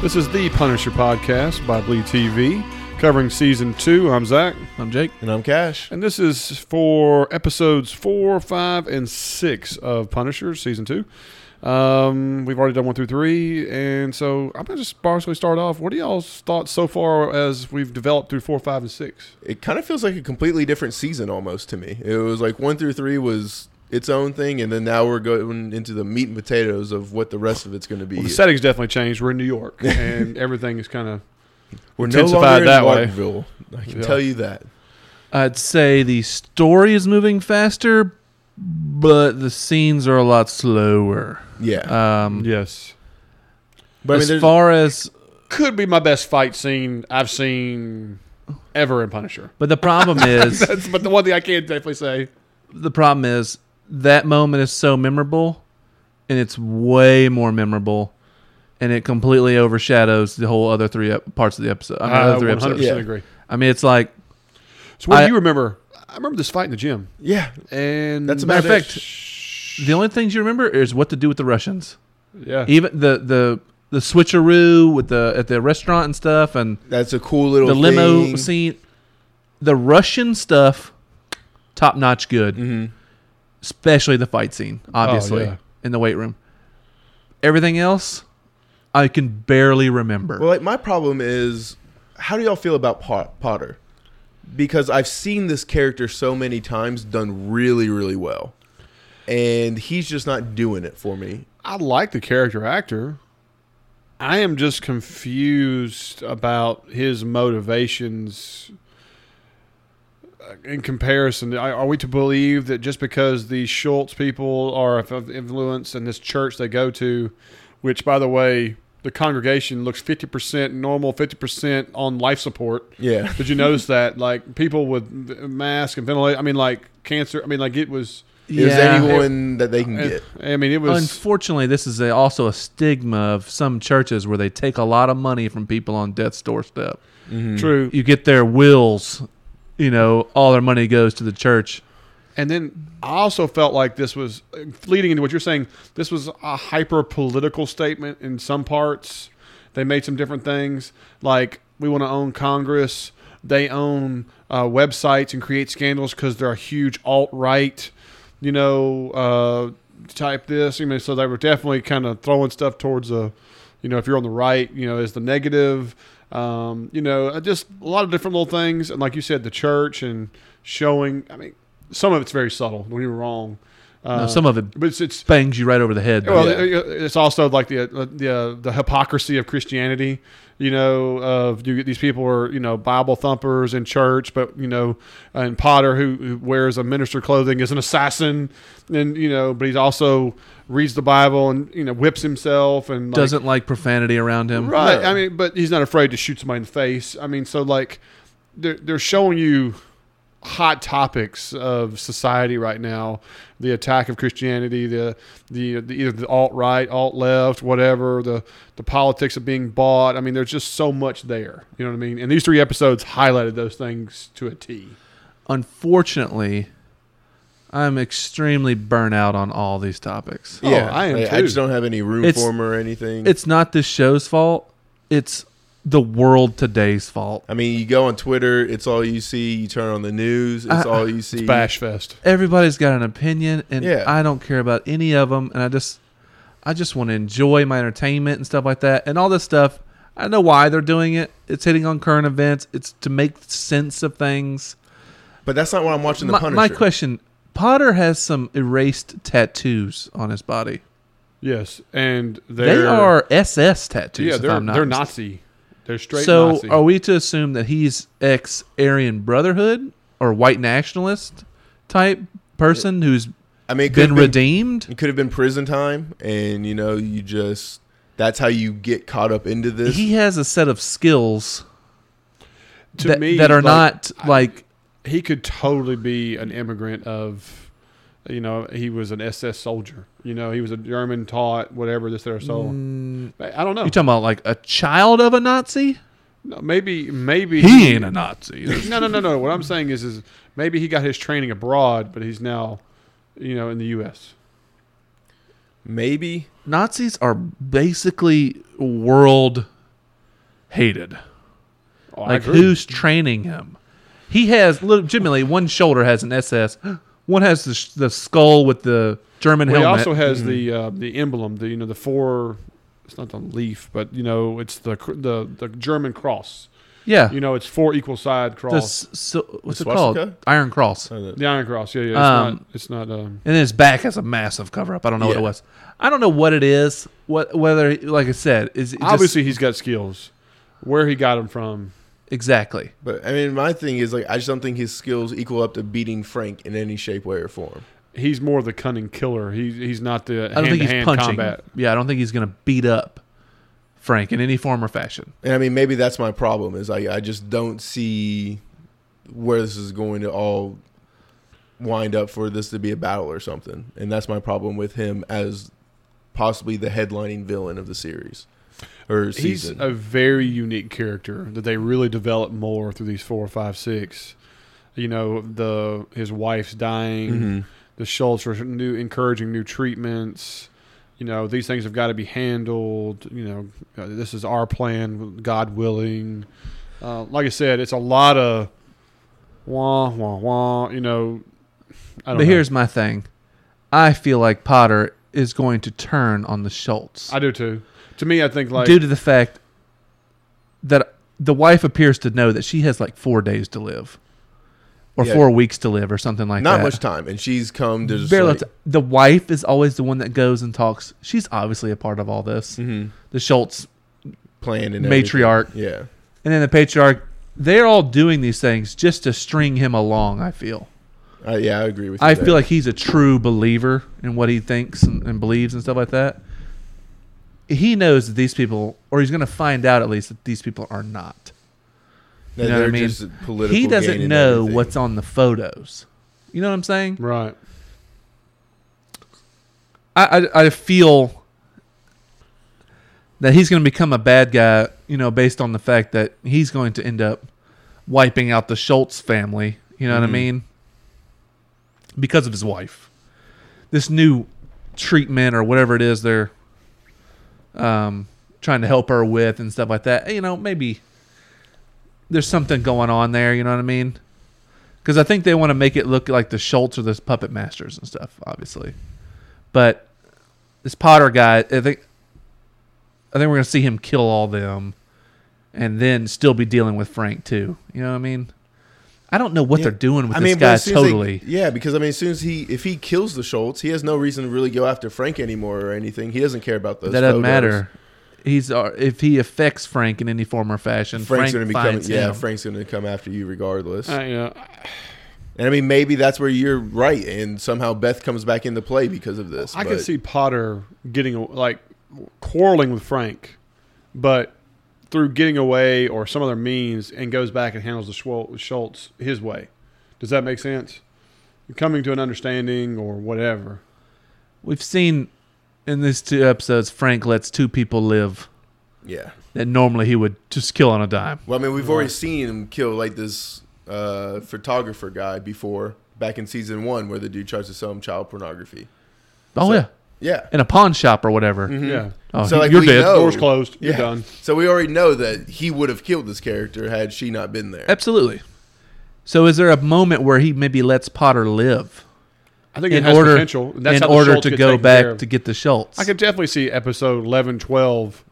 This is the Punisher podcast by Bleed TV, covering season two. I'm Zach, I'm Jake. And I'm Cash. and this is for episodes four, five, and six of Punisher season two. Um, we've already done one through three, and so I'm gonna just partially start off. What are y'all's thoughts so far as we've developed through four, five, and six? It kind of feels like a completely different season almost to me. It was like one through three was its own thing, and then now we're going into the meat and potatoes of what the rest of it's going to be. Well, the setting's definitely changed. We're in New York, and everything is kind of we're intensified that way. Waterville. I can Yeah. tell you that. I'd say the story is moving faster, but the scenes are a lot slower. Yeah. Um, yes. but I mean, as there's- far as Could be my best fight scene I've seen ever in Punisher. but the problem is That's but the one thing I can definitely say. the problem is that moment is so memorable, and it's way more memorable, and it completely overshadows the whole other three ep- parts of the episode. I mean, I other three 100 episodes. Uh, Yeah. Uh, percent agree. I mean, it's like So what I- do you remember? I remember this fight in the gym, yeah. and That's matter about of it. fact, the only things you remember is what to do with the Russians. yeah, Even the the the switcheroo with the at the restaurant and stuff, and That's a cool little the limo thing. scene, the Russian stuff, top notch good, Mhm. especially the fight scene, obviously yeah. in the weight room. Everything else, I can barely remember. Well, like my problem is, how do y'all feel about Pot- Potter? Because I've seen this character so many times done really, really well, and he's just not doing it for me. I like the character actor. I am just confused about his motivations uh, in comparison. I- Are we to believe that just because the Schultz people are of- of influence in this church they go to, which, by the way, the congregation looks 50% normal, 50% on life support. Yeah. Did you notice that? Like people with masks and ventilator. I mean, like cancer. I mean, like it was. eh, Is anyone that they Uh, can get? I mean, it was. Unfortunately, this is a, also a stigma of some churches where they take a lot of money from people on death's doorstep. Mm-hmm. True. You get their wills, you know, all their money goes to the church. And then I also felt like this was leading into what you're saying. This was a hyper political statement in some parts. They made some different things like we want to own Congress. They own uh, websites and create scandals because they're a huge alt right, you know, uh, type this. You know, so they were definitely kind of throwing stuff towards a, you know, if you're on the right, you know, is the negative. Um, you know, uh, just a lot of different little things. And like you said, the church and showing. I mean, some of it's very subtle. When you're wrong, Now, uh, some of it but it's, it's bangs you right over the head. though. well, uh, Yeah. it- it's also like the uh, the uh, the hypocrisy of Christianity. You know, of you get these people are you know Bible thumpers in church, but you know, and Potter who, who wears a minister clothing is an assassin, and you know, but he's also reads the Bible and you know whips himself and like, doesn't like profanity around him. Right. No. I mean, but he's not afraid to shoot somebody in the face. I mean, so like they're they're showing you hot topics of society right now: the attack of Christianity, the the, the either the alt right, alt left, whatever. The the politics of being bought. I mean, there's just so much there. You know what I mean? And these three episodes highlighted those things to a T. Unfortunately, I'm extremely burnt out on all these topics. Oh, I am like, too. just don't have any room It's- for him or anything. It's not this show's fault. It's the world today's fault. I mean, you go on Twitter, it's all you see. You turn on the news, it's Uh, all you see. It's bash fest. Everybody's got an opinion, and Yeah. I don't care about any of them. And I just, I just want to enjoy my entertainment and stuff like that. And all this stuff, I know why they're doing it. It's hitting on current events. It's to make sense of things. But that's not why I'm watching The My, Punisher. my question: Potter has some erased tattoos on his body. Yes, and they're, They are SS tattoos. yeah if they're I'm not they're mistaken. Nazi. They're straight so oh, Nazi. are we to assume that he's ex Aryan Brotherhood or white nationalist type person who's I mean, it could been, have been, redeemed? it could have been prison time, and you know, you just that's how you get caught up into this. He has a set of skills To that, me, that are like, not I- like he could totally be an immigrant of you know he was an ss soldier you know he was a german taught whatever this there so Oh. mm, i don't know you talking about like a child of a Nazi? No, maybe maybe He ain't a Nazi. no no no no what i'm saying is is maybe he got his training abroad but he's now you know in the us Maybe Nazis are basically world hated. Oh, I like agree. who's training him? He has legitimately one shoulder has an SS, one has the, sh- the skull with the German Well, he helmet. Mm. also has the uh, the emblem, the you know the four. It's not the leaf, but you know it's the cr- the the German cross. yeah, You know it's four equal side the cross. s- so, what's The it called? swastika? Iron Cross. And Oh, that- the iron cross. Yeah, yeah. It's Um, not. It's not. Um, then his back has a massive cover up. I don't know what Yeah. it was. I don't know what it is. What whether like I said is it just- obviously, he's got skills. Where he got them from? exactly. But I mean, my thing is like I just don't think his skills equal up to beating Frank in any shape, way, or form. He's more the cunning killer. He, he's not the I don't think he's hand-to-hand punching. combat. Yeah, I don't think he's going to beat up Frank in any form or fashion. And I mean, maybe that's my problem is I I just don't see where this is going to all wind up for this to be a battle or something. And that's my problem with him as possibly the headlining villain of the series or He's season. a very unique character that they really develop more through these four, five, six. You know, the his wife's dying. Mhm. the Schultz are new encouraging new treatments. You know, these things have got to be handled. You know, uh, this is our plan, God willing. Uh, like I said, it's a lot of wah wah wah. You know, I don't But know. here's my thing. I feel like Potter is going to turn on the Schultz I do too. To me, I think like due to the fact that the wife appears to know that she has like four days to live or Yeah. four weeks to live or something like Not that. much time, and she's come to just Barely like, t- the wife is always the one that goes and talks. She's obviously a part of all this. mhm, The Schultz plan and everything. matriarch Yeah, and then the patriarch, they're all doing these things just to string him along, I feel. I yeah, I agree with. you I there. feel like he's a true believer in what he thinks and, and believes and stuff like that. He knows that these people, or he's going to find out at least that these people are not. That you know what I they're mean? just political he gain doesn't and know everything. what's on the photos. You know what I'm saying? right. I I, I feel that he's going to become a bad guy, you know, based on the fact that he's going to end up wiping out the Schultz family. You know what I Mhm. mean? Because of his wife, this new treatment or whatever it is they're um, trying to help her with and stuff like that. You know, maybe there's something going on there. You know what I mean? Because I think they want to make it look like the Schultz or the puppet masters and stuff, obviously. But this Potter guy, I think, I think we're gonna see him kill all them, and then still be dealing with Frank too. You know what I mean? I don't know what Yeah. they're doing with I this mean, but guy as soon as they- totally. yeah, because I mean, as soon as he if he kills the Schultz, he has no reason to really go after Frank anymore or anything. He doesn't care about those. that doesn't photos. matter. He's uh, if he affects Frank in any form or fashion, Frank's Frank going to be coming. finds Yeah, him. Frank's going to come after you regardless. I, uh, And I mean, maybe that's where you're right, and somehow Beth comes back into play because of this. I but could see Potter getting a- like quarreling with Frank, but through getting away or some other means, and goes back and handles the Schwol- Schultz his way. Does that make sense? Coming to an understanding or whatever. We've seen in these two episodes, Frank lets two people live Yeah. that normally he would just kill on a dime. Well, I mean, we've already seen him kill like this uh, photographer guy before back in season one, where the dude tries to sell him child pornography. Oh So- yeah, Yeah. in a pawn shop or whatever. Yeah. Oh, So, like, you're we dead. know- Door's closed. You're Yeah. done. So we already know that he would have killed this character had she not been there. Absolutely. So is there a moment where he maybe lets Potter live I think it in has order potential. and That's in how the order Schultz to get go taken care back of. to get the Schultz? I could definitely see episode 11, 12,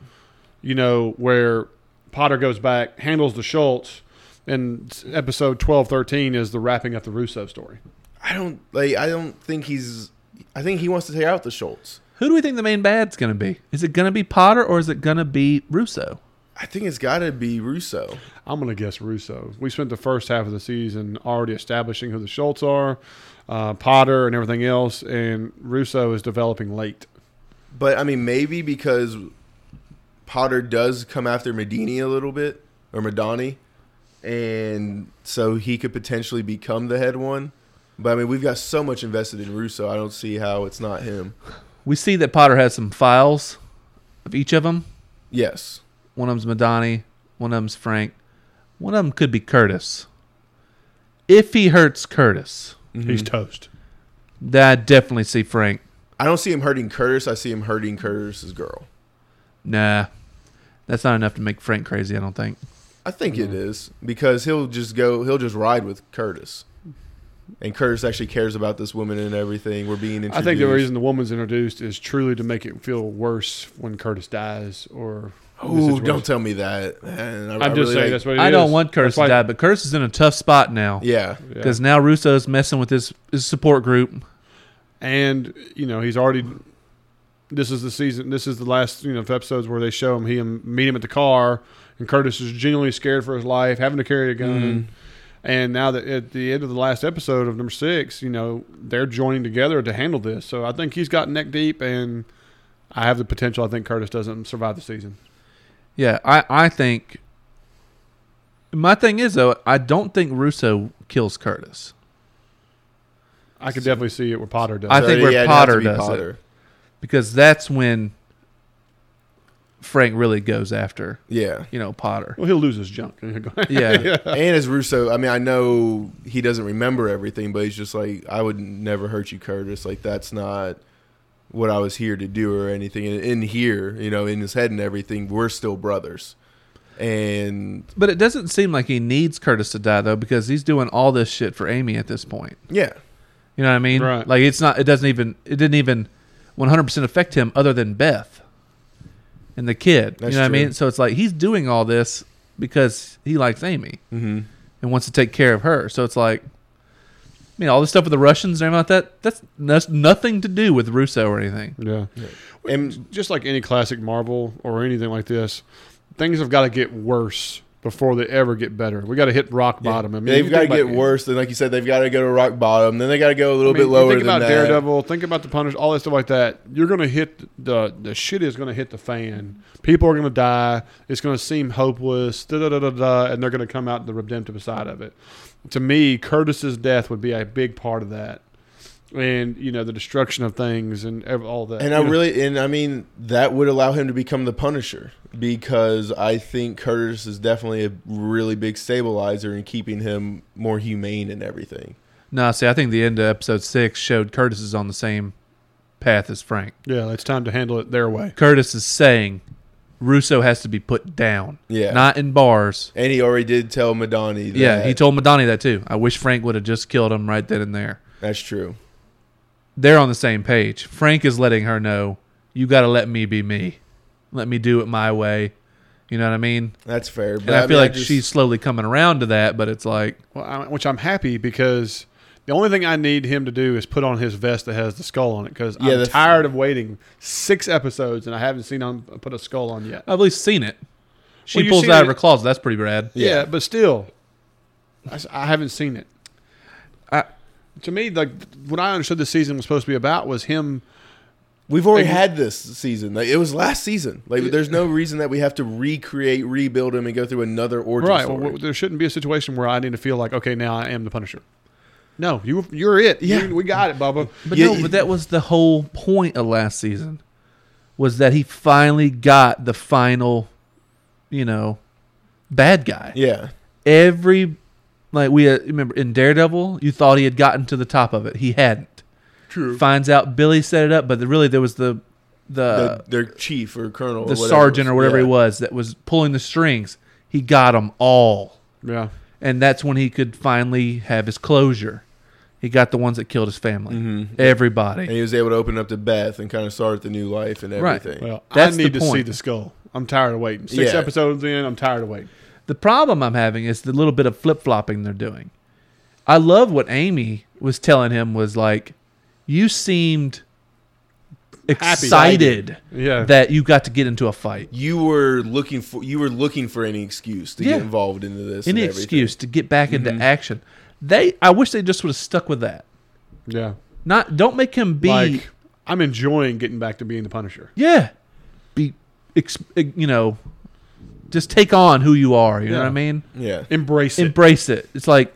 you know, where Potter goes back, handles the Schultz, and s- episode 12, 13 is the wrapping up the Russo story. I don't like. I don't think he's. I think he wants to take out the Schultz. Who do we think the main bad's going to be? Is it going to be Potter or is it going to be Russo? I think it's got to be Russo. I'm going to guess Russo. We spent the first half of the season already establishing who the Schultz are, uh, Potter, and everything else, and Russo is developing late. But I mean, maybe because Potter does come after Medini a little bit or Madani, and so he could potentially become the head one. But I mean, we've got so much invested in Russo. I don't see how it's not him. We see that Potter has some files of each of them. Yes, One of them's Madani. One of them's Frank. One of them could be Curtis. If he hurts Curtis, He's toast. then I definitely see Frank. I don't see him hurting Curtis. I see him hurting Curtis's girl. Nah. That's not enough to make Frank crazy, I don't think. I think it Mm-hmm. is because he'll just go. He'll just ride with Curtis, and Curtis actually cares about this woman and everything. We're being introduced. I think the reason the woman's introduced is truly to make it feel worse when Curtis dies or. the Oh, situation. don't tell me that. Man, I, I'm I just really saying like- that's what it I don't is. want Curtis That's why- to die, but Curtis is in a tough spot now Yeah, Yeah. because now Russo's messing with his, his support group. and you know he's already. This is the season. This is the last you know of episodes where they show him. He and meet him at the car, and Curtis is genuinely scared for his life, having to carry a gun. And now that at the end of the last episode of number six, you know they're joining together to handle this. So I think he's got neck deep, and I have the potential. I think Curtis doesn't survive the season. Yeah, I, I think. My thing is, though, I don't think Russo kills Curtis. I could definitely see it where Potter does. I So, think where yeah, it'd have to Potter be does it. because that's when Frank really goes after, Yeah, you know, Potter. well, he'll lose his junk. yeah, Yeah. and as Russo, I mean, I know he doesn't remember everything, but he's just like, I would never hurt you, Curtis. Like that's not what I was here to do or anything. And in here, you know, in his head and everything, we're still brothers. And but it doesn't seem like he needs Curtis to die though because he's doing all this shit for Amy at this point. yeah, You know what I mean? Right. Like it's not it doesn't even it didn't even 100% affect him other than Beth and the kid. That's you know what I true. mean? So it's like he's doing all this because he likes Amy mm-hmm. and wants to take care of her. So it's like I mean, all this stuff with the Russians and everything like that, that's, that's nothing to do with Russo or anything. yeah. and just like any classic Marvel or anything like this, things have got to get worse before they ever get better. We got to hit rock bottom. I mean, they've you got to think get about- worse. Then, like you said, they've got to go to rock bottom. Then they got to go a little I mean, bit lower Think than about that. Daredevil. Think about the Punish. All that stuff like that. You're going to hit the the shit is going to hit the fan. People are going to die. It's going to seem hopeless. Da da da da da. And they're going to come out the redemptive side of it. To me, Curtis's death would be a big part of that. And you know the destruction of things and ev- all that. And You I know, really, and I mean, that would allow him to become the Punisher because I think Curtis is definitely a really big stabilizer in keeping him more humane and everything. No, see, I think the end of episode six showed Curtis is on the same path as Frank. yeah, it's time to handle it their way. Curtis is saying Russo has to be put down, Yeah. not in bars. and he already did tell Madani that. Yeah, he told Madani that too. I wish Frank would have just killed him right then and there. That's true. They're on the same page. Frank is letting her know, you got to let me be me, let me do it my way. You know what I mean? That's fair. But And I, feel mean, like just- she's slowly coming around to that, but it's like, Well, I, which I'm happy because the only thing I need him to do is put on his vest that has the skull on it because Yeah, I'm that's- tired of waiting six episodes and I haven't seen him put a skull on yet. I've at least seen it. She Well, you've pulls it seen out of her it- closet. That's pretty rad. yeah. Yeah. but still, I, s- I haven't seen it. I- to me, like what I understood the season was supposed to be about was him. We've already Like- had this season. Like, it was last season. Like, there's no reason that we have to recreate, rebuild him, and go through another origin Right. Well, story. w- there shouldn't be a situation where I need to feel like, okay, now I am the Punisher. No, you you're it. Yeah. You- we got it, Bubba. But Yeah, no, it- but that was the whole point of last season was that he finally got the final, you know, bad guy. yeah, Every like we uh, remember in Daredevil, you thought he had gotten to the top of it. He hadn't. true. Finds out Billy set it up, but the, really there was the the the, their chief or colonel, Uh, the, or whatever. sergeant or whatever Yeah. he was that was pulling the strings. He got them all, Yeah. and that's when he could finally have his closure. He got the ones that killed his family, everybody. Mm-hmm. and he was able to open up to Beth and kind of start the new life and Right. everything. Well, That's I the need to see point. the skull. I'm tired of waiting. Six Yeah. episodes in, I'm tired of waiting. The problem I'm having is the little bit of flip flopping they're doing. I love what Amy was telling him was like, you seemed excited Yeah. that you got to get into a fight. You were looking for you were looking for any excuse to Yeah. get involved into this. Any and everything. excuse to get back Mm-hmm. into action. They, I wish they just would have stuck with that. yeah. Not, don't make him be, like I'm enjoying getting back to being the Punisher. yeah, be, ex, e, you know, just take on who you are. You know what I Yeah. mean? Yeah, Embrace it. embrace it. It's like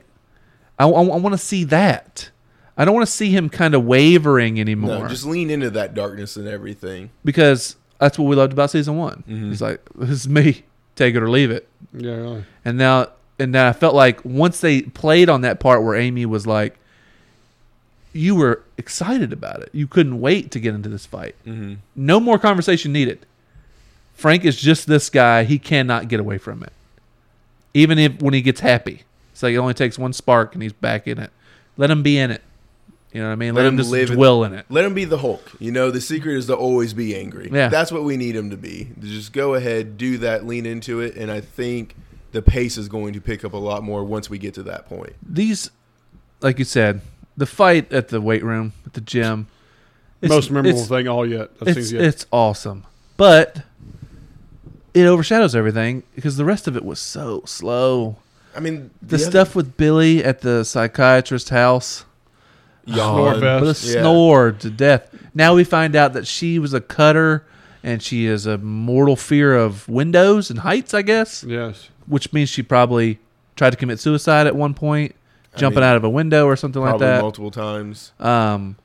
I, want to see that. I don't want to see him kind of wavering anymore no, just lean into that darkness and everything. because that's what we loved about season one. Mm-hmm. He's like, "This is me, take it or leave it." yeah, uh, really. And now, and now I felt like once they played on that part where Amy was like, "You were excited about it. You couldn't wait to get into this fight. Mm-hmm. No more conversation needed. Frank is just this guy. He cannot get away from it. Even if when he gets happy, it's like it only takes one spark and he's back in it. Let him be in it. You know what I mean? Let, Let him, him just live in- dwell in it. Let him be the Hulk. You know, the secret is to always be angry. Yeah. That's what we need him to be. Just go ahead, do that, lean into it, and I think the pace is going to pick up a lot more once we get to that point. These, like you said, the fight at the weight room at the gym. it's- Most memorable it's- thing all yet. I've it's, seen yet. it's awesome but it overshadows everything because the rest of it was so slow I mean, the, other- stuff with billy at the psychiatrist's house Snore fest. yawn. the Yeah. snore to death now we find out that she was a cutter and she has a mortal fear of windows and heights i guess yes. which means she probably tried to commit suicide at one point jumping mean, out of a window or something like Probably that multiple times. um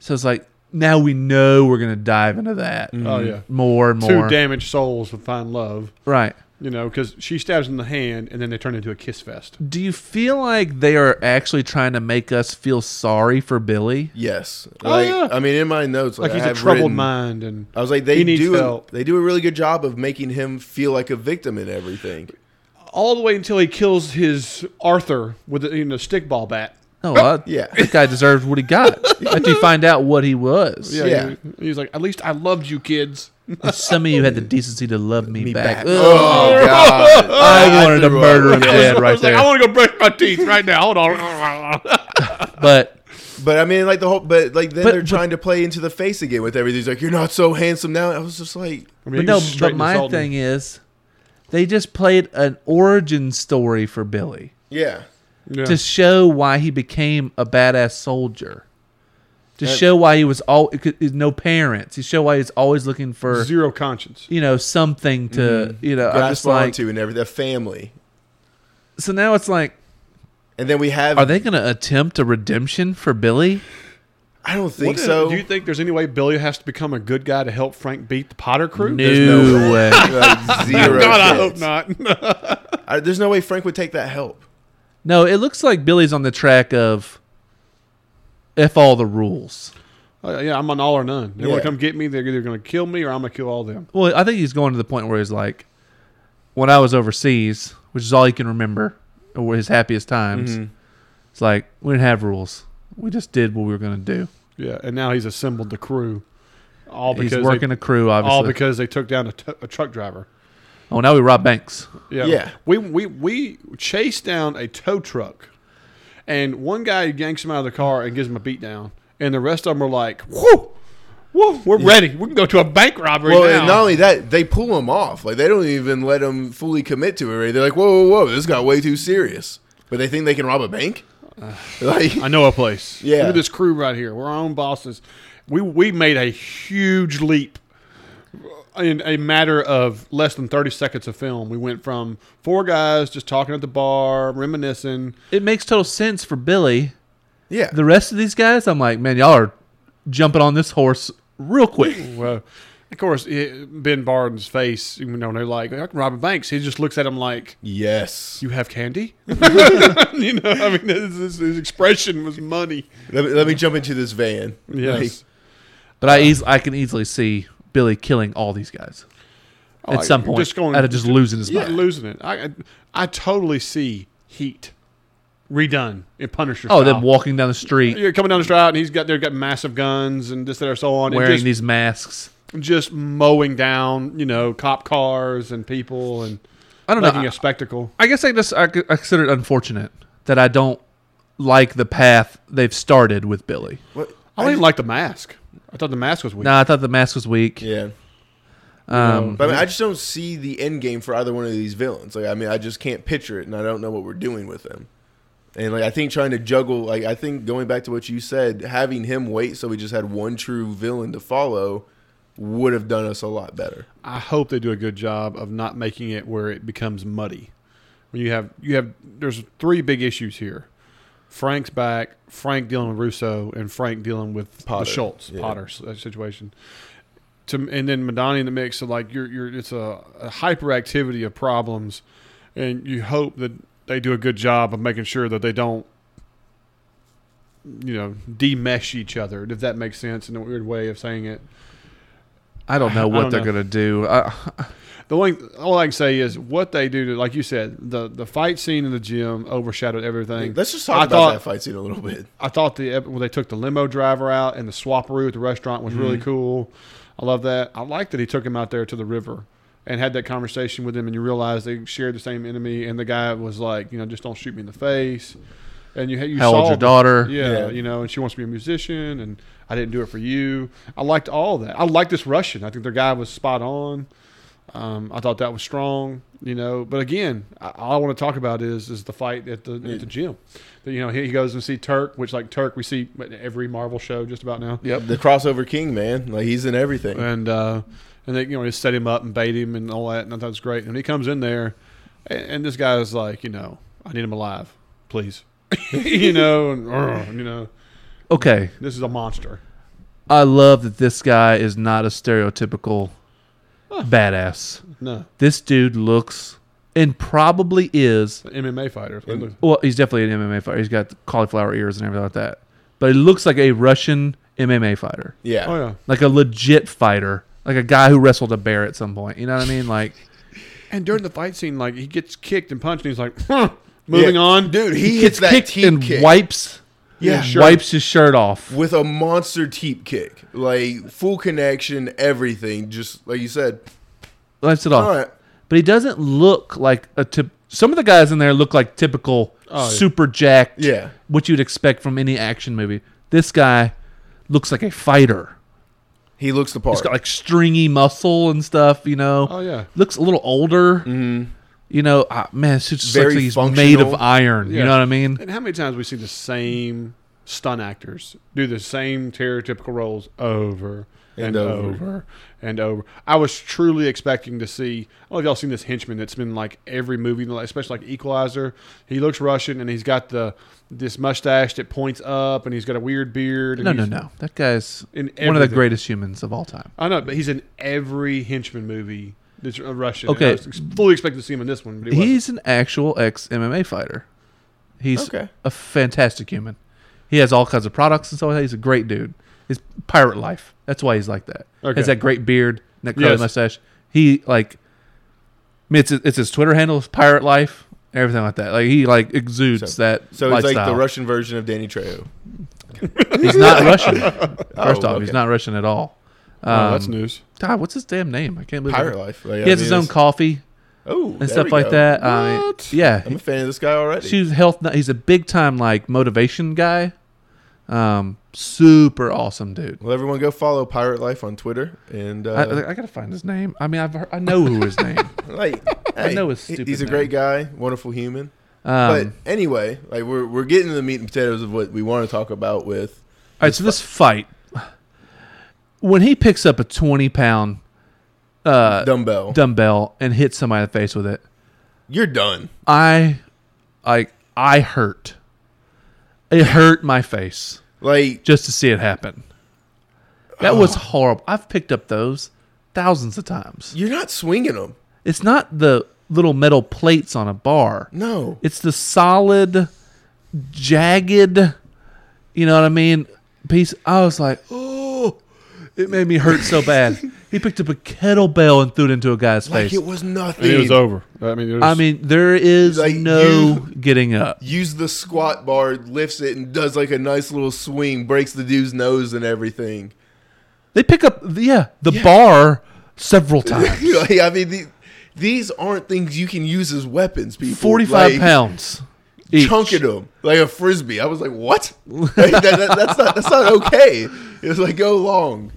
so it's like now we know we're gonna dive into that Oh, yeah. more and more Two damaged souls will find love. right You know, because she stabs him in the hand, and then they turn into a kiss fest. Do you feel like they are actually trying to make us feel sorry for Billy? Yes. Oh, Like, yeah. I mean, in my notes, like, Like he's I a have troubled written- mind, and I was like, they He needs do a, help. they do a really good job of making him feel like a victim in everything. all the way until he kills his Arthur with a you know, stick ball bat. No, I, Oh, yeah. this guy deserves what he got. After you find out what he was, Yeah. He, he's like, at least I loved you, kids. And some of you had the decency to love me, back. Ugh. Oh god! I wanted to threw murder him up. dead I right was like, there. I want to go brush my teeth right now. Hold on. but But I mean, like the whole, but like then But- they're but- trying to play into the face again with everything. He's like, "You're not so handsome now." I was just like, I but no, but my thing is, they just played an origin story for Billy "Yeah, to show why he became a badass soldier. To show why he was all no parents. To show why he's always looking for zero conscience. you know something to you know I'm just Mm-hmm. grasp like onto and everything." A family, so now it's like and then we have. are they going to attempt a redemption for Billy I don't think What- so. Do you think there's any way Billy has to become a good guy to help Frank beat the Potter crew? There's no way. Like, zero. God, I chance. hope not. I- there's no way Frank would take that help. no it looks like Billy's on the track of f all the rules Uh, yeah, I'm an all or none. They want Yeah. to come get me. They're either going to kill me or I'm going to kill all them. well I think he's going to the point where he's like when I was overseas which is all he can remember or were his happiest times Mm-hmm. it's like we didn't have rules we just did what we were going to do Yeah, and now he's assembled the crew. All because he's working they, a crew all obviously because they took down a, t- a truck driver. oh now we rob banks Yeah. Yeah. We we we chased down a tow truck, and one guy yanks him out of the car and gives him a beat down, and the rest of them are like, "Whoa, whoa, we're ready. We can go to a bank robbery Well, now." and not only that, they pull him off. Like they don't even let him fully commit to it. Right? They're like, "Whoa, whoa, whoa! This got way too serious." But they think they can rob a bank. Like, I know a place. Yeah. Look at this crew right here. We're our own bosses. We we made a huge leap. In a matter of less than thirty seconds of film, we went from four guys just talking at the bar, reminiscing. it makes total sense for Billy yeah, the rest of these guys, I'm like, man, y'all are jumping on this horse real quick. Well, of course, it, Ben Barden's face. You know, they're like, "I can rob a bank." So he just looks at him like, yes. you have candy? you know, I mean, his, his, his expression was money. Let me, let me jump into this van. Like, Yes. But I eas- I can easily see Billy killing all these guys Oh, at some point just going- out of just losing his He's not mind. losing it. I, I, I totally see Heat redone in Punisher. Oh, style. them walking down the street You're coming down the stride, and he's got they've got massive guns and this that or so on, wearing and just, these masks. just mowing down, you know, cop cars and people and I don't know. making I, a spectacle. I guess I just I, c- I consider it unfortunate that I don't like the path they've started with Billy. what? I don't even like the mask. I thought the mask was weak. Now I thought the mask was weak. Yeah. Um, But I, mean, I just don't see the end game for either one of these villains. Like, I mean, I just can't picture it, and I don't know what we're doing with them. And like, I think trying to juggle, like, I think going back to what you said, having him wait so we just had one true villain to follow would have done us a lot better. I hope they do a good job of not making it where it becomes muddy. When you have you have there's three big issues here. Frank's back, Frank dealing with Russo, and Frank dealing with Potter, the Schultz yeah. Potter s- uh, situation. To and then Madonna in the mix. So like you're you're it's a, a hyperactivity of problems, and you hope that they do a good job of making sure that they don't you know demesh each other if that makes sense in a weird way of saying it I don't know I what don't they're know. gonna do. I, The only all I can say is what they do to, like you said, the the fight scene in the gym overshadowed everything. Let's just talk I about thought- that fight scene a little bit. I thought the ep- when they took the limo driver out and the swapperoo at the restaurant was really cool. I love that. I like that he took him out there to the river and had that conversation with him, and you realize they shared the same enemy. And the guy was like, you know, just don't shoot me in the face. And you, you how saw old's your the- daughter? Yeah, Yeah. you know, and she wants to be a musician, and I didn't do it for you. I liked all that. I liked this Russian. I think their guy was spot on. Um, I thought that was strong, you know. But again, I, all I want to talk about is is the fight at the at the gym. That, You know, he, he goes and see Turk, which like Turk we see at every Marvel show just about now, Yep, the crossover king, man. Like he's in everything. and uh, and they you know they set him up and bait him and all that, and I thought it was great. And he comes in there, and, and this guy is like, you know, I need him alive, please, you know, and "Ugh," you know, Okay, this is a monster. I love that this guy is not a stereotypical badass. No. This dude looks and probably is. An MMA fighter. And- Well, he's definitely an MMA fighter. He's got cauliflower ears and everything like that. But he looks like a Russian MMA fighter, Yeah. oh yeah. like a legit fighter, like a guy who wrestled a bear at some point. You know what I mean? Like And during the fight scene, like he gets kicked and punched, and he's like, huh, moving Yeah. on. dude. He, gets hits that kicked teep and kick wipes, Yeah, sure. wipes his shirt off. with a monster teep kick, like full connection, everything. Just like you said. Wipes it off. All right. but he doesn't look like a tip. Some of the guys in there look like typical Oh, yeah. super jacked, Yeah. what you'd expect from any action movie. This guy looks like a fighter. He looks the part. He's got like stringy muscle and stuff, you know. Oh yeah. Looks a little older, Mm-hmm. you know. Uh, man, it's just Very looks like he's made of functional. iron. You Yeah. know what I mean? And how many times we see the same stunt actors do the same stereotypical roles over and, And over. over. and over? I was truly expecting to see. I don't know if y'all seen this henchman that's been in, like every movie, especially like Equalizer. He looks Russian and he's got the this mustache that points up, and he's got a weird beard. And No, no, he's- no. That guy's E- In one of the everything. greatest humans of all time. I know, but he's in every henchman movie that's a Russian. Okay. I was ex- fully expecting to see him in this one, but he wasn't. He's an actual ex MMA fighter. He's Okay. a fantastic human. He has all kinds of products and so on. He's a great dude. His pirate life. That's why he's like that. Okay. Has that great beard, and that curly Yes. mustache. He like, I mean, it's it's his Twitter handle, his pirate life, everything like that. Like he like exudes So- that. so he's lifestyle. like the Russian version of Danny Trejo. He's not Russian. First off, Oh, okay. he's not Russian at all. Oh, that's Um, news. God, what's his damn name? I can't believe Pirate it. life. Like, He has his own coffee oh and stuff like that. I- What? yeah, I'm a fan of this guy already. She's health. nut- He's a big time like motivation guy. Um, super awesome dude. Well, everyone go follow Pirate Life on Twitter and uh, I, I, I gotta find his name. I mean, I've heard, I know who his name. like I hey, know his he- stupid He's a name. great guy, wonderful human. but Um, anyway, like we're we're getting to the meat and potatoes of what we want to talk about with all right, so this fight, when he picks up a twenty pound uh, dumbbell. dumbbell and hits somebody in the face with it, You're done. I like I hurt. It hurt my face Like just to see it happen. That was horrible. I've picked up those thousands of times. you're not swinging them. It's not the little metal plates on a bar. No. It's the solid, jagged, you know what I mean, piece. I was like, oh, it made me hurt so bad. he picked up a kettlebell and threw it into a guy's Like face. it was nothing. It was over. I mean, it was, I mean, there is Like, no getting up. Use the squat bar, lifts it, and does like a nice little swing, breaks the dude's nose and everything. They pick up, yeah, the bar several times. Like, I mean, the, these aren't things you can use as weapons, people. 45 Like, pounds. Each. chunking them like a frisbee. I was like, what? Like, that- that- that's not that's not okay. It was like go long,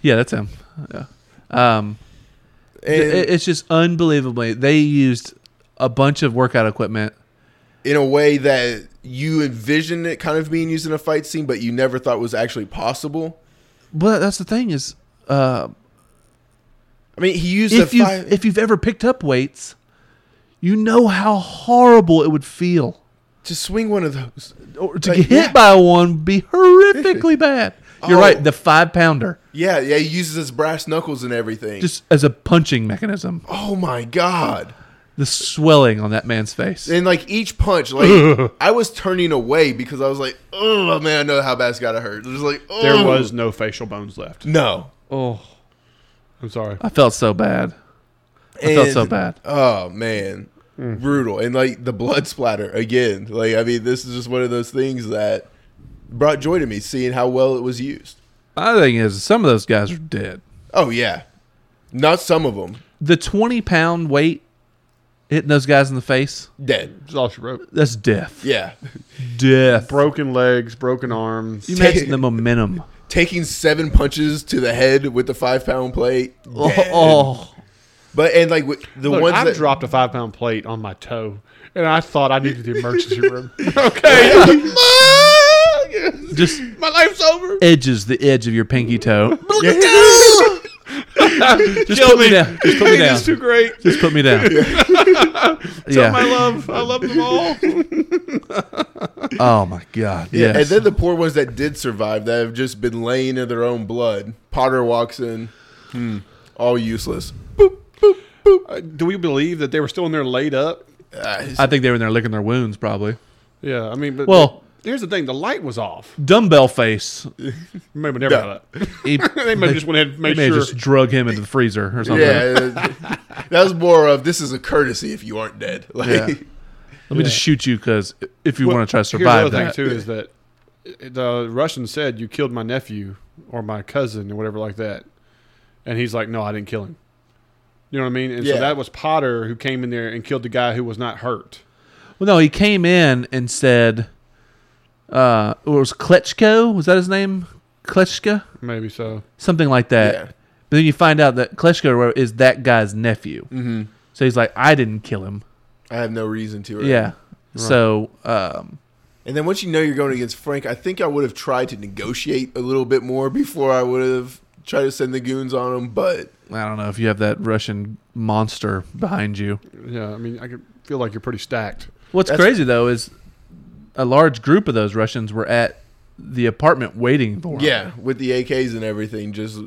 Yeah, that's him. Yeah. Um, and It- it's just unbelievably they used a bunch of workout equipment in a way that you envisioned it kind of being used in a fight scene, but you never thought was actually possible. but that's the thing is uh, I mean, he used if the you five, if you've ever picked up weights you know how horrible it would feel to swing one of those. or to Like, get hit yeah. by one would be horrifically bad you're Oh. right the five pounder Yeah, yeah, he uses his brass knuckles and everything. just as a punching mechanism oh my god. the swelling on that man's face And like each punch, like I was turning away because I was like, "Oh man, I know how bad's gotta hurt." It was like, there "Ugh." was no facial bones left. no, oh I'm sorry. I felt so bad. I felt so And- bad. Oh man, brutal and like the blood splatter again. Like I mean, this is just one of those things that brought joy to me seeing how well it was used. My thing is, some of those guys are dead. Oh yeah, not some of them The twenty pound weight hitting those guys in the face. dead. It's all she wrote. That's death. Yeah, Death. Broken legs, broken arms. You imagine the momentum. taking seven punches to the head with the five pound plate. dead. Oh, But and like with the Look, ones I've that dropped a five pound plate on my toe, and I thought I needed the emergency room. okay, just my life's over. edges the edge of your pinky toe. just Kill put me. me. down. Just put me Pain down. is too great. Just put me down. Tell my yeah. love, I love them all. Oh my god. Yeah, Yes. and then the poor ones that did survive that have just been laying in their own blood. Potter walks in, hmm, all useless. Uh, Do we believe that they were still in there laid up? Uh, I think they were in there licking their wounds, probably. Yeah, I mean, but Well- here's the thing: the light was off. Dumbbell face. Maybe never Yeah. got that. He, They may have just went ahead and they made may sure. have just drug him into the freezer or something. yeah, that was more of this is a courtesy if you aren't dead. Like, Yeah. Let me just shoot you because if you Well, want to try to here's the other survive that, thing too is that the Russian said you killed my nephew or my cousin or whatever like that, and he's like, no, I didn't kill him. You know what I mean? And so Yeah. that was Potter who came in there and killed the guy who was not hurt. Well, no, he came in and said, uh, or it was Kletchko? Was that his name? Kletchka? Maybe so. Something like that. Yeah. But then you find out that Kletchko is that guy's nephew. hmm So he's like, I didn't kill him. I have no reason to. right? Yeah. So, um, And then once you know you're going against Frank, I think I would have tried to negotiate a little bit more before I would have tried to send the goons on him. But I don't know if you have that Russian monster behind you. Yeah, I mean, I could feel like you're pretty stacked. What's That's- crazy though is a large group of those Russians were at the apartment waiting for. 'em. yeah, with the AKs and everything, just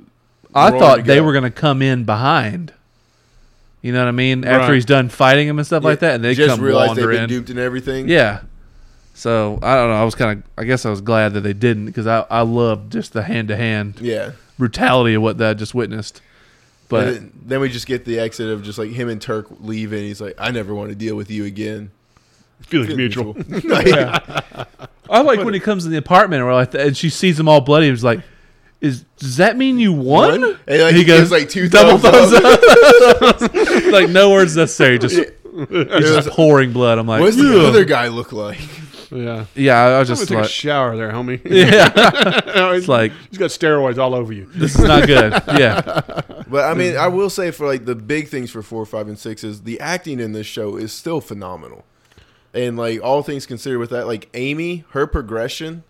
I roaring thought to they go. were going to come in behind. You know what I mean? After Right. he's done fighting him and stuff like that, and they just come realized they've wander been in. duped and everything. yeah. So I don't know. I was kind of. I guess I was glad that they didn't because I I loved just the hand to hand yeah. brutality of what that I just witnessed. But But then, then we just get the exit of just like him and Turk leave, and he's like, "I never want to deal with you again." Feelings Like, I like when he comes in the apartment where like and she sees him all bloody. and He's like, "Is does that mean you won?" And like, he, gives like two double thumbs, thumbs up. up. like no words necessary. Just it's just pouring blood. I'm like, What does the "Ugh." other guy look like? Yeah. yeah, I was I'm gonna just take a like, shower there, homie. yeah, it's like- he's got steroids all over you. this is not good. Yeah, But I mean, I will say for like the big things for four, five, and six is the acting in this show is still phenomenal, and like all things considered, with that, like Amy, her progression,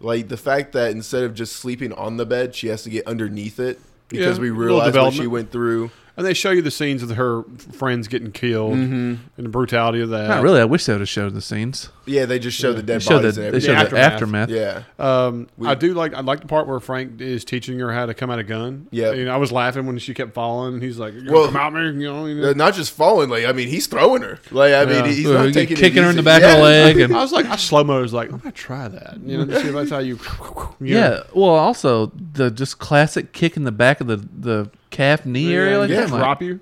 like the fact that instead of just sleeping on the bed, she has to get underneath it because Yeah, we a little realize what she development. went through. And they show you the scenes of her friends getting killed and the brutality of that. not really. I wish they would have showed the scenes. Yeah, they just show the They dead showed the, bodies and they everything. showed the Aftermath. aftermath. yeah, Um, We- I do like I like the part where Frank is teaching her how to come out a gun. Yep. you know, I was laughing when she kept falling. and He's like, "You Well- well, come out me," you know. You know. Uh, not just falling. Like I mean, he's throwing her. Like I Yeah. mean, he's Uh, not taking it kicking her in the easy. back of Yeah. the leg, and I was like, I slow mo was like, I'm gonna try that. You know, to see if that's how you. you know. yeah. Well, also the just classic kick in the back of the the calf knee area. Like yeah, that. I'm like, drop you.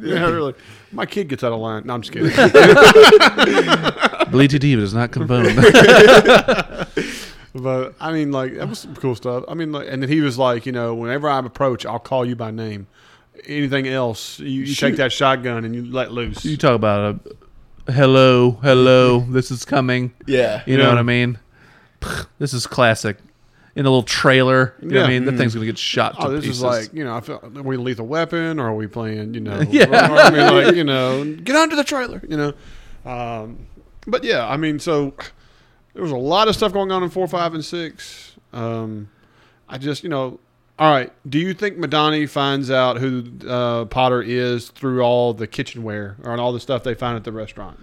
Yeah, really. My kid gets out of line. No, I'm just kidding. Bleed to Diva does not condone. But I mean, like that was some cool stuff. I mean, like, and then he was like, you know, whenever I approach, I'll call you by name. Anything else, you, you take that shotgun and you let loose. you talk about a hello, hello. This is coming. Yeah. You know Yeah. what I mean? Pfft, This is classic. In a little trailer, you know what I Yeah. mean? That thing's gonna get shot to oh, this pieces. is like, you know, I feel, are we lethal weapon or are we playing, you know, Yeah. or, I mean, like, you know, get onto the trailer, you know. Um, but yeah, I mean, so there was a lot of stuff going on in four, five, and six. Um, I just, you know, all right. Do you think Madani finds out who uh, Potter is through all the kitchenware or on all the stuff they find at the restaurant?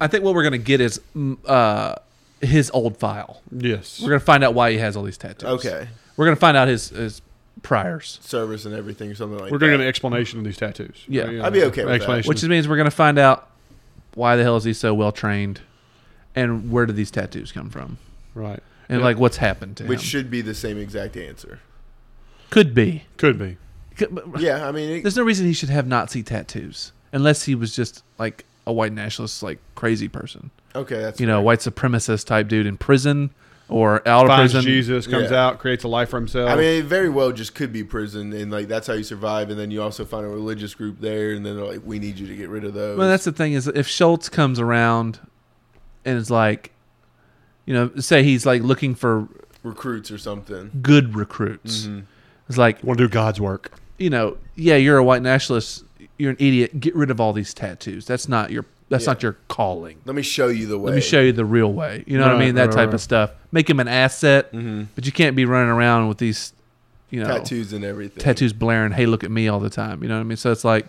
I think what we're gonna get is mm, uh, his old file. Yes. We're gonna find out why he has all these tattoos. Okay. We're gonna find out his his priors, Service and everything or something like We're that. doing an explanation of these tattoos. Yeah. You I'd be okay with that. explanation. which means we're gonna find out why the hell is he so well trained, and where did these tattoos come from, right. and Yeah. like what's happened to which him. should be the same exact answer. Could be. Could be. Yeah, I mean, it, There's no reason he should have Nazi tattoos unless he was just like a white nationalist, like crazy person. okay, that's you know, white supremacist type dude in prison or out of Finds prison. Jesus, comes Yeah. out, creates a life for himself. I mean, it very well just could be prison, and like that's how you survive. And then you also find a religious group there, and then they're like, "We need you to get rid of those." Well, that's the thing is if Schultz comes around and is like, you know, say he's like looking for recruits or something. good recruits. It's like, want to do God's work. you know, yeah, you're a white nationalist. You're an idiot. Get rid of all these tattoos. That's not your. That's Yeah. not your calling. Let me show you the way. Let me show you the real way. You know what I Right, mean? That right, type right. of stuff. Make him an asset, but you can't be running around with these, you know, Mm-hmm. tattoos and everything. tattoos blaring "Hey, look at me" all the time. You know what I mean? So it's like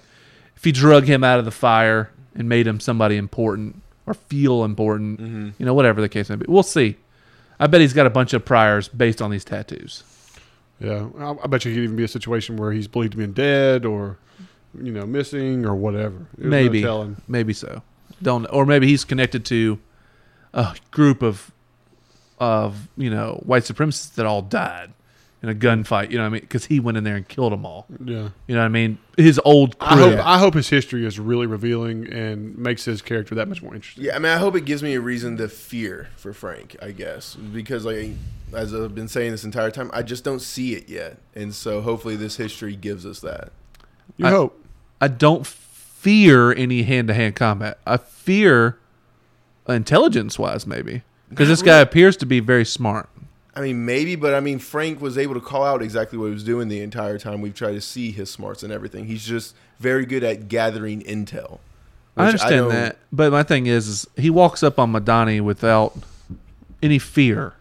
if you drug him out of the fire and made him somebody important or feel important, Mm-hmm. you know, whatever the case may be. We'll see. I bet he's got a bunch of priors based on these tattoos. Yeah, I, I bet you could even be a situation where he's believed to be dead or, you know, missing or whatever. There's no Maybe. telling. Maybe so. Don't or maybe he's connected to a group of of you know white supremacists that all died in a gunfight. You know what I mean? Because he went in there and killed them all. Yeah. You know what I mean? His old crew. I hope, I hope his history is really revealing and makes his character that much more interesting. Yeah, I mean, I hope it gives me a reason to fear for Frank. I guess because like as I've been saying this entire time, I just don't see it yet, and so hopefully this history gives us that. You I- hope. I don't fear any hand to hand combat. I fear intelligence wise, maybe. Because this guy appears to be very smart. I mean, maybe, but I mean, Frank was able to call out exactly what he was doing the entire time. We've tried to see his smarts and everything. He's just very good at gathering intel. I which understand don't- that. But my thing is, is he walks up on Madani without any fear.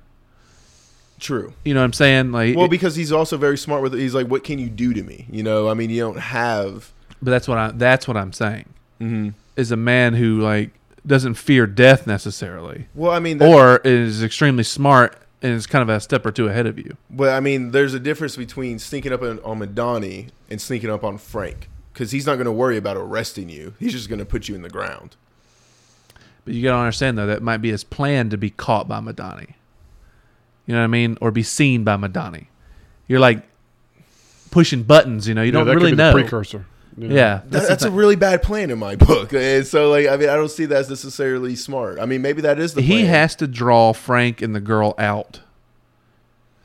True. You know what I'm saying? Like Well, because he's also very smart with. He's like, "What can you do to me?" You know, I mean, you don't have. but that's what I that's what I'm saying. Mhm. Is a man who like doesn't fear death necessarily. Well, I mean, that- Or is extremely smart and is kind of a step or two ahead of you. But I mean, there's a difference between sneaking up on, on Madani and sneaking up on Frank, because he's not going to worry about arresting you. He's just going to put you in the ground. But you gotta understand though, that might be his plan to be caught by Madani. You know what I mean? Or be seen by Madani. You're like pushing buttons, you know, you Yeah, don't that could really be know. The precursor. yeah. That's, the that's a thing. really bad plan in my book. And so, like, I mean, I don't see that as necessarily smart. I mean, maybe that is the he plan. has to draw Frank and the girl out.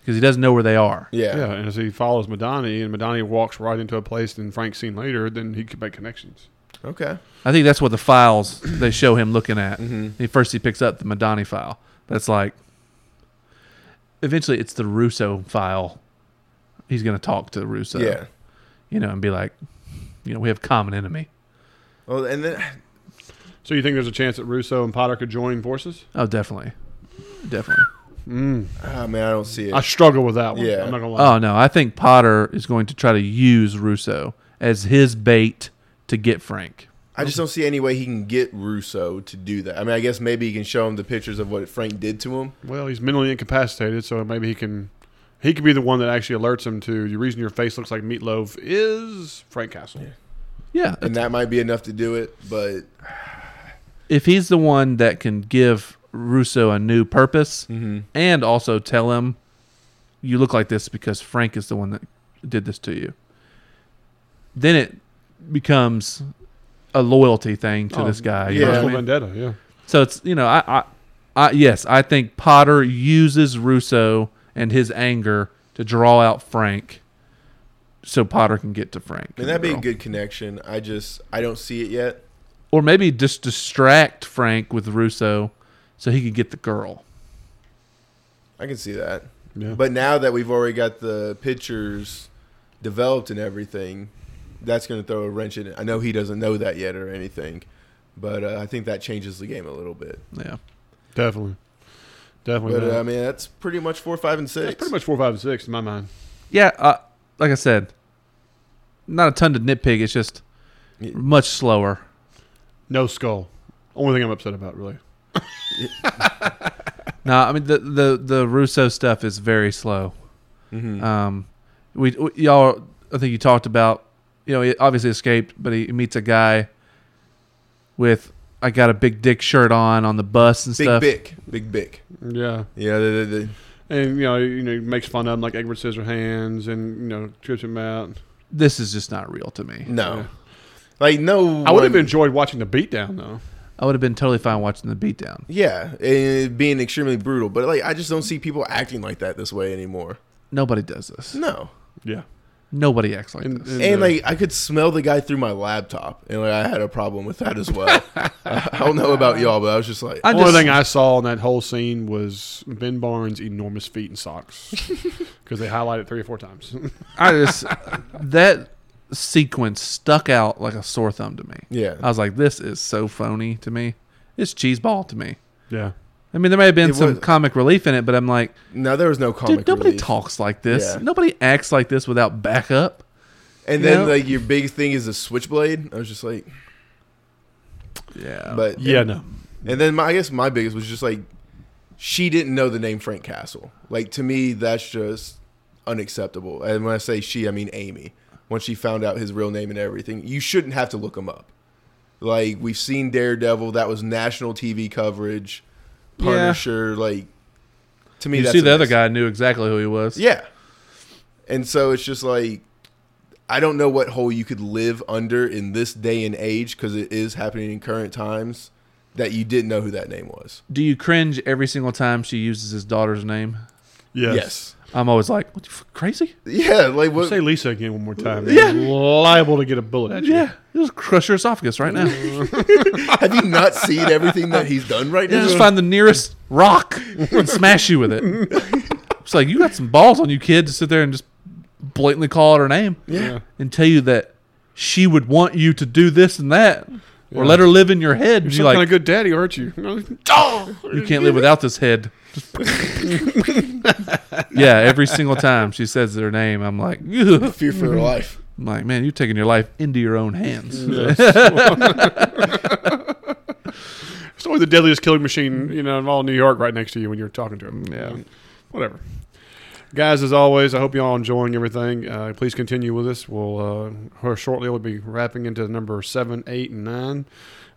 Because he doesn't know where they are. yeah. Yeah, and as he follows Madani, and Madani walks right into a place, and Frank's seen later, then he could make connections. Okay. I think that's what the files they show him looking at. Mm-hmm. He first he picks up the Madani file. That's like eventually it's the Russo file. He's gonna talk to Russo. Yeah. you know, and be like, you know, we have common enemy. Well, and then So you think there's a chance that Russo and Potter could join forces? Oh, definitely, definitely. oh, man, I don't see it. I struggle with that one. Yeah. I'm not gonna lie. Oh no, I think Potter is going to try to use Russo as his bait to get Frank. I just don't see any way he can get Russo to do that. I mean, I guess maybe he can show him the pictures of what Frank did to him. Well, he's mentally incapacitated, so maybe he can. He could be the one that actually alerts him to the reason your face looks like meatloaf is Frank Castle. Yeah, And that might be enough to do it, but if he's the one that can give Russo a new purpose and also tell him you look like this because Frank is the one that did this to you, then it becomes a loyalty thing to Oh, this guy. You know what I Personal mean? vendetta. Yeah. So it's you know I, I I yes I think Potter uses Russo and his anger to draw out Frank, so Potter can get to Frank. I mean, that'd be a good connection. I just, I don't see it yet. or maybe just distract Frank with Russo, so he could get the girl. I can see that. Yeah. But now that we've already got the pictures developed and everything, that's going to throw a wrench in it. I know he doesn't know that yet or anything, but uh, I think that changes the game a little bit. Yeah, Definitely. Definitely. But not. uh, I mean, that's pretty much four, five, and six. That's pretty much four, five, and six in my mind. yeah. Uh, like I said, not a ton to nitpick. It's just Yeah. much slower. No skull. Only thing I'm upset about, really. No, I mean the the the Russo stuff is very slow. Mhm. Um, we, we y'all, I think you talked about, you know, he obviously escaped, but he meets a guy with I got a big dick shirt on on the bus and big, stuff. big, big, big. Yeah. Yeah, the, the, the, And you know, you know, he makes fun of him like Edward Scissorhands, and you know, trips him out. this is just not real to me. No. Like no I would have one- enjoyed watching the beatdown though. I would have been totally fine watching the beatdown. Yeah, and being extremely brutal, but like I just don't see people acting like that this way anymore. Nobody does this. No. Yeah. Nobody acts like And- this. and- And Yeah. like I could smell the guy through my laptop, and like I had a problem with that as well. I I don't know about y'all, but I was just like, I The just, only thing I saw in that whole scene was Ben Barnes' enormous feet and socks because they highlighted it three or four times. I just that sequence stuck out like a sore thumb to me. yeah, I was like, this is so phony to me. It's cheeseball to me. yeah. I mean, there may have been It some was- comic relief in it, but I'm like, no, there was no comic. dude, nobody relief. talks like this. Yeah. Nobody acts like this without backup. And you then know? like your big thing is the switchblade. I was just like, Oh. Yeah. but Yeah, no. And then my, I guess my biggest was just like she didn't know the name Frank Castle. Like to me, that's just unacceptable. And when I say she, I mean Amy. Once she found out his real name and everything, you shouldn't have to look him up. Like we've seen Daredevil, that was national TV coverage. Yeah. Punisher, like to me, you that's see, the a other miss. guy knew exactly who he was. Yeah. And so it's just like I don't know what hole you could live under in this day and age because it is happening in current times that you didn't know who that name was. Do you cringe every single time she uses his daughter's name? Yes. Yes. I'm always like, what the fuck, crazy? Yeah, like what? Say Lisa again one more time. Yeah. Yeah. Liable to get a bullet at you. Yeah. Just crush your esophagus right now. have you not seen everything that he's done right You now? just find the nearest rock and smash you with it. It's like you got some balls on you, kid, to sit there and just blatantly call out her name Yeah. and tell you that she would want you to do this and that, or let her live in your head. And You're you're kind like, of good daddy, aren't you? you can't live without this head. yeah, every single time she says her name, I'm like, "Ugh." fear for your life. I'm like, man, you're taking your life into your own hands. Yes. it's always the deadliest killing machine, you know, in all New York right next to you when you're talking to him. Yeah. Whatever. Guys, as always, I hope y'all enjoying everything. Uh, please continue with us. We'll uh, shortly we'll be wrapping into number seven, eight, and nine.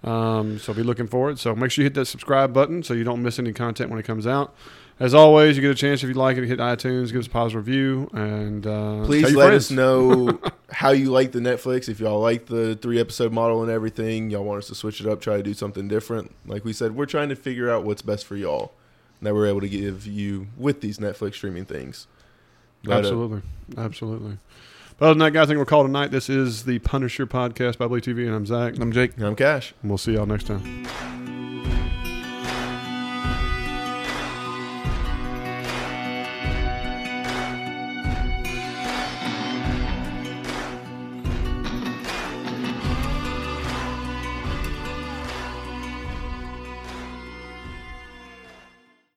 Um, so be looking for it. So make sure you hit that subscribe button so you don't miss any content when it comes out. As always, you get a chance if you like it, hit iTunes, give us a positive review, and uh, tell Please your let friends. us know how you like the Netflix. If y'all like the three episode model and everything, y'all want us to switch it up, try to do something different. Like we said, we're trying to figure out what's best for y'all and that we're able to give you with these Netflix streaming things. But, uh, Absolutely. Absolutely. But other than that, guys, I think we'll call it a night. This is the Punisher Podcast by Blue TV, and I'm Zach. I'm Jake. I'm Cash. And we'll see y'all next time.